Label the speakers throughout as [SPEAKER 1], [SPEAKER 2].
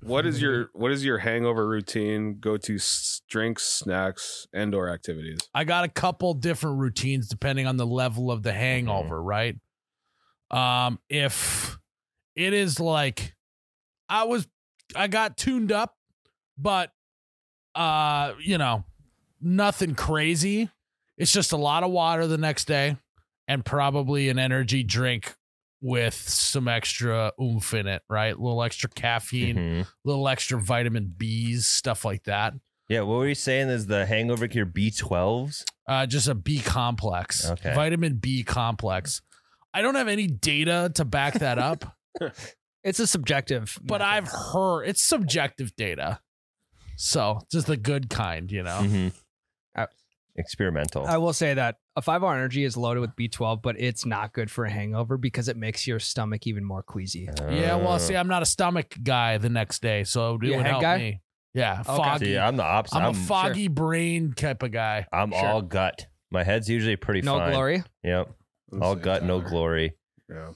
[SPEAKER 1] What is your what is your hangover routine? Go to s- drinks, snacks, and or activities.
[SPEAKER 2] I got a couple different routines depending on the level of the hangover, right? Um, if it is like I was I got tuned up, but uh, you know, nothing crazy. It's just a lot of water the next day and probably an energy drink with some extra oomph in it, right? A little extra caffeine,
[SPEAKER 3] Mhm.
[SPEAKER 2] little extra vitamin B's, stuff like that.
[SPEAKER 3] Yeah, what were you saying? Is the hangover cure B12s?
[SPEAKER 2] Uh, just a B complex,
[SPEAKER 3] Okay.
[SPEAKER 2] vitamin B complex. I don't have any data to back that up,
[SPEAKER 4] It's a subjective.
[SPEAKER 2] but
[SPEAKER 4] method.
[SPEAKER 2] I've heard it's subjective data. So just the good kind, you know.
[SPEAKER 3] Mhm.
[SPEAKER 4] I-
[SPEAKER 3] Experimental.
[SPEAKER 4] I will say that a five hour energy is loaded with B12, but it's not good for a hangover because it makes your stomach even more queasy.
[SPEAKER 2] Yeah, well, see,
[SPEAKER 3] Uh,
[SPEAKER 2] I'm not a stomach guy the next day, so it
[SPEAKER 4] You a
[SPEAKER 2] would
[SPEAKER 4] head
[SPEAKER 2] help
[SPEAKER 4] guy?
[SPEAKER 2] me. Yeah, foggy.
[SPEAKER 3] Uh, see, I'm the opposite.
[SPEAKER 2] I'm, a
[SPEAKER 3] I'm,
[SPEAKER 2] foggy brain type of guy.
[SPEAKER 3] I'm all gut. My head's usually pretty
[SPEAKER 4] No
[SPEAKER 3] fine.
[SPEAKER 4] glory.
[SPEAKER 3] Yep. All gut, no glory.
[SPEAKER 1] Yeah.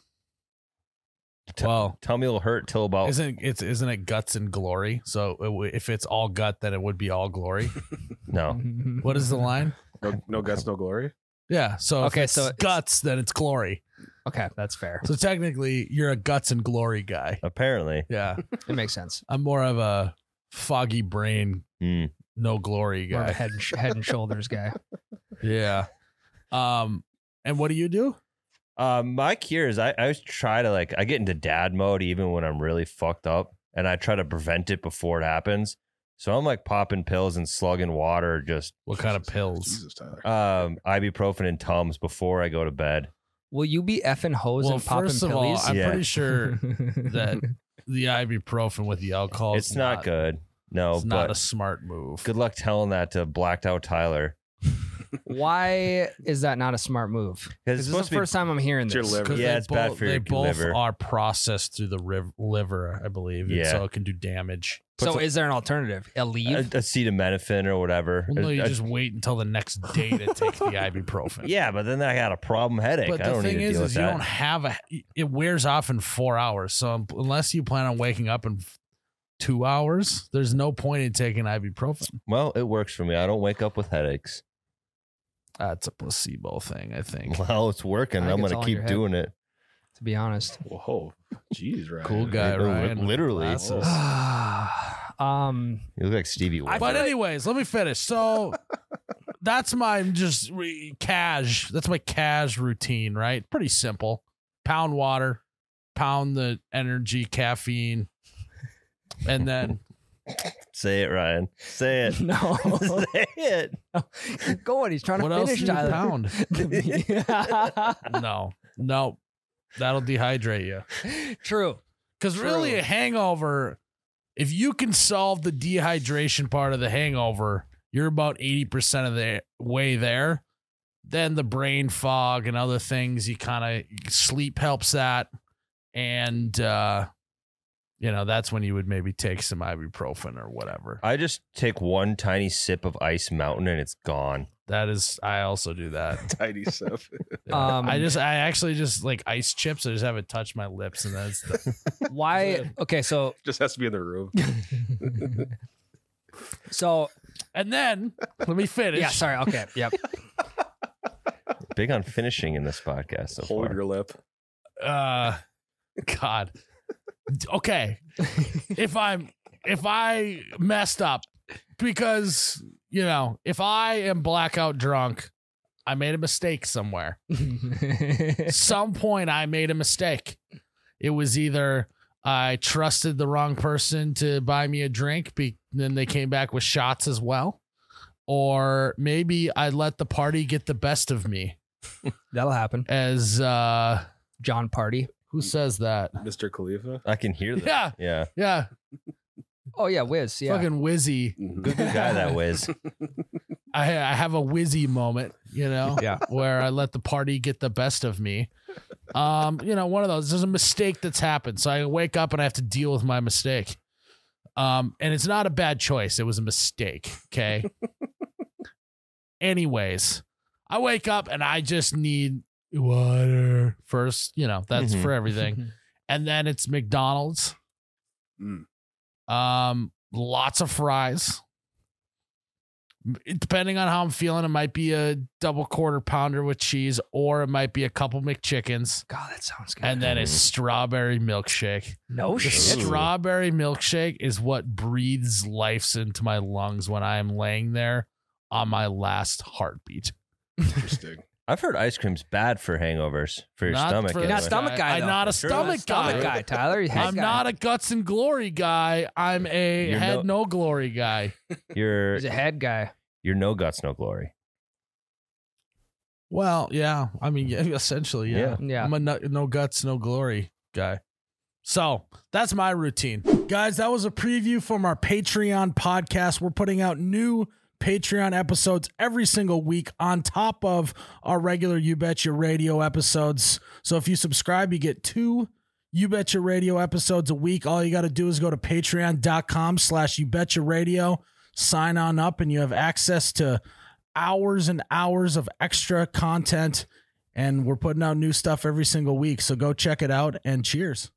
[SPEAKER 3] T- Oh.
[SPEAKER 2] Well,
[SPEAKER 3] Tummy will hurt till about.
[SPEAKER 2] isn't it's isn't it guts and glory? So it w- if it's all gut, then it would be all glory.
[SPEAKER 3] No.
[SPEAKER 2] what is the line?
[SPEAKER 1] No, no guts, no glory.
[SPEAKER 2] Yeah. So
[SPEAKER 4] Okay,
[SPEAKER 2] if it's
[SPEAKER 4] so it's-
[SPEAKER 2] guts, then it's glory.
[SPEAKER 4] Okay, that's fair.
[SPEAKER 2] So technically, you're a guts and glory guy.
[SPEAKER 3] Apparently.
[SPEAKER 2] Yeah,
[SPEAKER 4] It makes sense.
[SPEAKER 2] I'm more of a foggy brain,
[SPEAKER 3] Mm.
[SPEAKER 2] no glory
[SPEAKER 4] More of a
[SPEAKER 2] guy.
[SPEAKER 4] head and, sh- head and shoulders guy.
[SPEAKER 2] Yeah. Um. And what do you do?
[SPEAKER 3] Um, my cure is I, I always try to like I get into dad mode even when I'm really fucked up, and I try to prevent it before it happens. So I'm like popping pills and slugging water, just
[SPEAKER 2] What kind of pills?
[SPEAKER 1] Jesus, Tyler.
[SPEAKER 3] um, ibuprofen and tums before I go to bed.
[SPEAKER 4] Will you be effing hoes
[SPEAKER 2] Well,
[SPEAKER 4] and popping
[SPEAKER 2] first of all,
[SPEAKER 4] pillies?
[SPEAKER 2] I'm
[SPEAKER 3] Yeah.
[SPEAKER 2] pretty sure that the ibuprofen with the alcohol
[SPEAKER 3] it's not, good. No,
[SPEAKER 2] Oh, It's
[SPEAKER 3] but
[SPEAKER 2] not a smart move.
[SPEAKER 3] good luck telling that to blacked out Tyler.
[SPEAKER 4] Why is that not a smart move?
[SPEAKER 3] Because
[SPEAKER 4] This is the first time I'm hearing
[SPEAKER 1] It's your
[SPEAKER 4] this.
[SPEAKER 1] liver.
[SPEAKER 2] 'Cause
[SPEAKER 3] Yeah,
[SPEAKER 2] they
[SPEAKER 3] it's bad
[SPEAKER 2] both-
[SPEAKER 3] for your
[SPEAKER 2] They both
[SPEAKER 3] liver.
[SPEAKER 2] are processed through the riv- liver, I believe, and
[SPEAKER 3] Yeah.
[SPEAKER 2] so it can do damage.
[SPEAKER 4] So is there an alternative? A
[SPEAKER 3] Uh,
[SPEAKER 4] leave?
[SPEAKER 3] acetaminophen or whatever.
[SPEAKER 2] Well, no, you
[SPEAKER 3] Uh,
[SPEAKER 2] just wait until the next day to take the ibuprofen.
[SPEAKER 3] yeah, but then I got a problem headache.
[SPEAKER 2] But
[SPEAKER 3] I
[SPEAKER 2] the
[SPEAKER 3] don't
[SPEAKER 2] thing
[SPEAKER 3] need to
[SPEAKER 2] is, is
[SPEAKER 3] deal with
[SPEAKER 2] you
[SPEAKER 3] that.
[SPEAKER 2] don't have a. It wears off in four hours. So un- unless you plan on waking up in f- two hours, there's no point in taking ibuprofen.
[SPEAKER 3] well, it works for me. I don't wake up with headaches.
[SPEAKER 2] That's a placebo thing, I think.
[SPEAKER 3] Well, it's working.
[SPEAKER 4] I think
[SPEAKER 3] I'm
[SPEAKER 4] it's
[SPEAKER 3] going
[SPEAKER 4] all
[SPEAKER 3] to
[SPEAKER 4] in your
[SPEAKER 3] keep
[SPEAKER 4] head.
[SPEAKER 3] doing it.
[SPEAKER 4] to be honest.
[SPEAKER 1] Whoa, jeez, right?
[SPEAKER 2] Cool guy,
[SPEAKER 3] li-
[SPEAKER 2] Ryan. with
[SPEAKER 3] literally.
[SPEAKER 2] glasses.
[SPEAKER 4] um,
[SPEAKER 3] You look like Stevie Wonder.
[SPEAKER 2] But anyways, let me finish. So that's my just re- cash. That's my cash routine, right? Pretty simple. Pound water, pound the energy, caffeine, and then
[SPEAKER 3] Say it, Ryan. Say it.
[SPEAKER 4] no.
[SPEAKER 3] Say it.
[SPEAKER 4] Keep going. Oh, He's trying
[SPEAKER 2] what
[SPEAKER 4] to
[SPEAKER 2] else do
[SPEAKER 4] finish
[SPEAKER 2] you
[SPEAKER 4] Tyler.
[SPEAKER 2] pound? No, no, that'll dehydrate you.
[SPEAKER 4] True.
[SPEAKER 2] Because really,
[SPEAKER 4] True.
[SPEAKER 2] a hangover, if you can solve the dehydration part of the hangover, you're about 80% of the way there. Then the brain fog and other things, you kind of sleep helps that. And, uh, you know, that's when you would maybe take some ibuprofen or whatever.
[SPEAKER 3] I just take one tiny sip of Ice Mountain and it's gone.
[SPEAKER 2] That is, I also do that.
[SPEAKER 1] Tidy stuff.
[SPEAKER 4] Um,
[SPEAKER 2] I just, I actually just like ice chips. I just have it touch my lips and that's the,
[SPEAKER 4] Why? Okay, so
[SPEAKER 1] Just has to be in the room.
[SPEAKER 4] so
[SPEAKER 2] and then let me finish.
[SPEAKER 4] yeah. Sorry. Okay. Yep.
[SPEAKER 3] Big on finishing in this podcast so
[SPEAKER 1] Hold
[SPEAKER 3] far.
[SPEAKER 1] your lip.
[SPEAKER 2] uh god okay if i'm if i messed up because you know if i am blackout drunk i made a mistake somewhere some point i made a mistake it was either i trusted the wrong person to buy me a drink be- then they came back with shots as well or maybe i let the party get the best of me
[SPEAKER 4] That'll happen.
[SPEAKER 2] as uh
[SPEAKER 4] John Party.
[SPEAKER 2] who says that
[SPEAKER 1] Mr. Khalifa.
[SPEAKER 3] I can hear that.
[SPEAKER 2] yeah
[SPEAKER 3] Yeah.
[SPEAKER 2] yeah
[SPEAKER 4] Oh yeah, Wiz. Yeah.
[SPEAKER 2] fucking whizzy.
[SPEAKER 1] Mm-hmm.
[SPEAKER 3] Good guy that whiz.
[SPEAKER 2] I I have a whizzy moment, you know,
[SPEAKER 4] Yeah.
[SPEAKER 2] where I let the party get the best of me. Um, you know, one of those. There's a mistake that's happened, so I wake up and I have to deal with my mistake. Um, and it's not a bad choice. It was a mistake. Okay. Anyways, I wake up and I just need water first. You know, that's
[SPEAKER 3] Mhm.
[SPEAKER 2] for everything. and then it's McDonald's.
[SPEAKER 1] Mm.
[SPEAKER 2] Um, lots of fries. It- Depending on how I'm feeling, it might be a double quarter pounder with cheese, or it might be a couple McChickens,
[SPEAKER 4] God, that sounds good.
[SPEAKER 2] and then a strawberry milkshake.
[SPEAKER 4] no
[SPEAKER 2] The
[SPEAKER 4] Oh, shit.
[SPEAKER 1] Ooh.
[SPEAKER 2] strawberry milkshake is what breathes life into my lungs when I am laying there on my last heartbeat.
[SPEAKER 1] Interesting.
[SPEAKER 3] I've heard ice cream's bad for hangovers for your
[SPEAKER 2] Not
[SPEAKER 3] stomach.
[SPEAKER 2] for-
[SPEAKER 3] anyway.
[SPEAKER 4] Not stomach guy,
[SPEAKER 2] I'm
[SPEAKER 4] though.
[SPEAKER 2] not a
[SPEAKER 3] Sure.
[SPEAKER 2] stomach,
[SPEAKER 4] Stomach
[SPEAKER 2] guy.
[SPEAKER 4] guy, Tyler. you head
[SPEAKER 2] I'm
[SPEAKER 4] guy.
[SPEAKER 2] not a guts and glory guy. I'm a
[SPEAKER 3] You're
[SPEAKER 2] head no glory guy.
[SPEAKER 3] You're
[SPEAKER 4] He's a head guy.
[SPEAKER 3] you're no guts, no glory.
[SPEAKER 2] Well, yeah. I mean, yeah, essentially, yeah.
[SPEAKER 3] Yeah.
[SPEAKER 4] Yeah.
[SPEAKER 2] I'm a no, no guts, no glory guy. So that's my routine. Guys, that was a preview from our Patreon podcast. We're putting out new Patreon episodes every single week on top of our regular You Betcha Radio episodes. So if you subscribe, you get two You Betcha Radio episodes a week. All you got to do is go to patreon.com slash You Betcha Radio, sign on up, and you have access to hours and hours of extra content and we're putting out new stuff every single week. So go check it out and cheers.